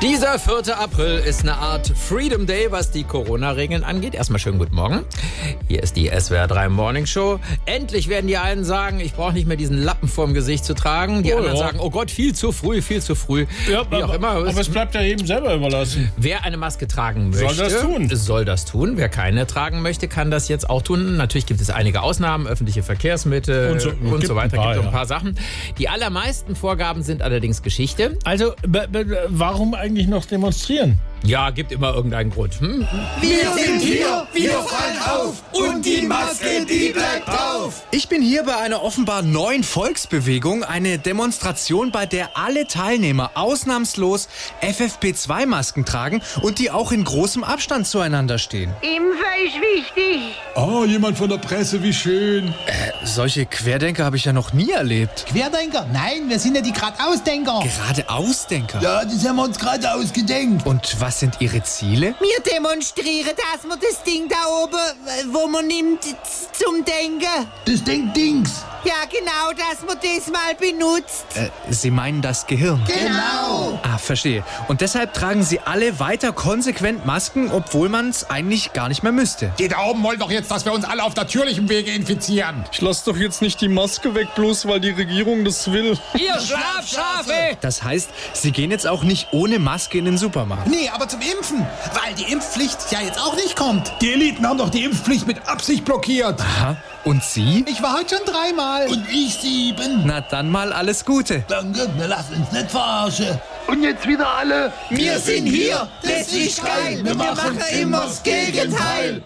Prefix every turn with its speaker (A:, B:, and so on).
A: Dieser 4. April ist eine Art Freedom Day, was die Corona-Regeln angeht. Erstmal schönen guten Morgen. Hier ist die SWR 3 Morning Show. Endlich werden die einen sagen, ich brauche nicht mehr diesen Lappen vorm Gesicht zu tragen. Die
B: Oh,
A: anderen
B: ja.
A: sagen, oh Gott, viel zu früh, viel zu früh.
B: Ja,
A: Wie auch
B: aber,
A: immer.
B: aber es bleibt ja jedem selber überlassen.
A: Wer eine Maske tragen möchte,
B: Soll das tun.
A: soll das tun. Wer keine tragen möchte, kann das jetzt auch tun. Natürlich gibt es einige Ausnahmen, öffentliche Verkehrsmittel und
B: Und
A: so,
B: so- gibt ein
A: weiter.
B: paar,
A: gibt so
B: ja.
A: ein paar Sachen. Die allermeisten Vorgaben sind allerdings Geschichte.
B: Also, b- b- warum eigentlich noch demonstrieren?
A: Ja, gibt immer irgendeinen Grund. Hm?
C: Wir sind hier, wir fallen auf und die Maske, die bleibt auf.
D: Ich bin hier bei einer offenbar neuen Volksbewegung, eine Demonstration, bei der alle Teilnehmer ausnahmslos FFP2-Masken tragen und die auch in großem Abstand zueinander stehen.
E: Impfen ist wichtig.
C: Oh, jemand von der Presse, wie schön.
D: Solche Querdenker habe ich ja noch nie erlebt.
F: Querdenker? Nein, wir sind ja die Geradeausdenker.
D: Gerade Ausdenker.
C: Ja, das haben wir uns gerade ausgedenkt.
D: Und was sind ihre Ziele?
G: Wir demonstrieren, dass wir das Ding da oben, äh, wo man nimmt z- zum Denken.
C: Das denkt Dings.
G: Ja, genau, dass man das mal benutzt.
D: Äh, Sie meinen das Gehirn.
F: Genau.
D: Ah, verstehe. Und deshalb tragen sie alle weiter konsequent Masken, obwohl man es eigentlich gar nicht mehr müsste.
H: Die da oben wollen doch jetzt, dass wir uns alle auf natürlichem Wege infizieren.
I: Ich lass doch jetzt nicht die Maske weg, bloß weil die Regierung das will.
A: Ihr Schlafschafe!
D: Das heißt, sie gehen jetzt auch nicht ohne Maske in den Supermarkt.
F: Nee, aber zum Impfen, weil die Impfpflicht ja jetzt auch nicht kommt.
H: Die Eliten haben doch die Impfpflicht mit Absicht blockiert.
D: Aha. Und Sie?
F: Ich war heute schon dreimal.
C: Und ich sieben.
D: Na dann mal alles Gute.
C: Danke, wir lassen uns nicht verarschen.
H: Und jetzt wieder alle.
C: Wir sind hier,
F: das ist geil.
C: Wir machen immer das Gegenteil.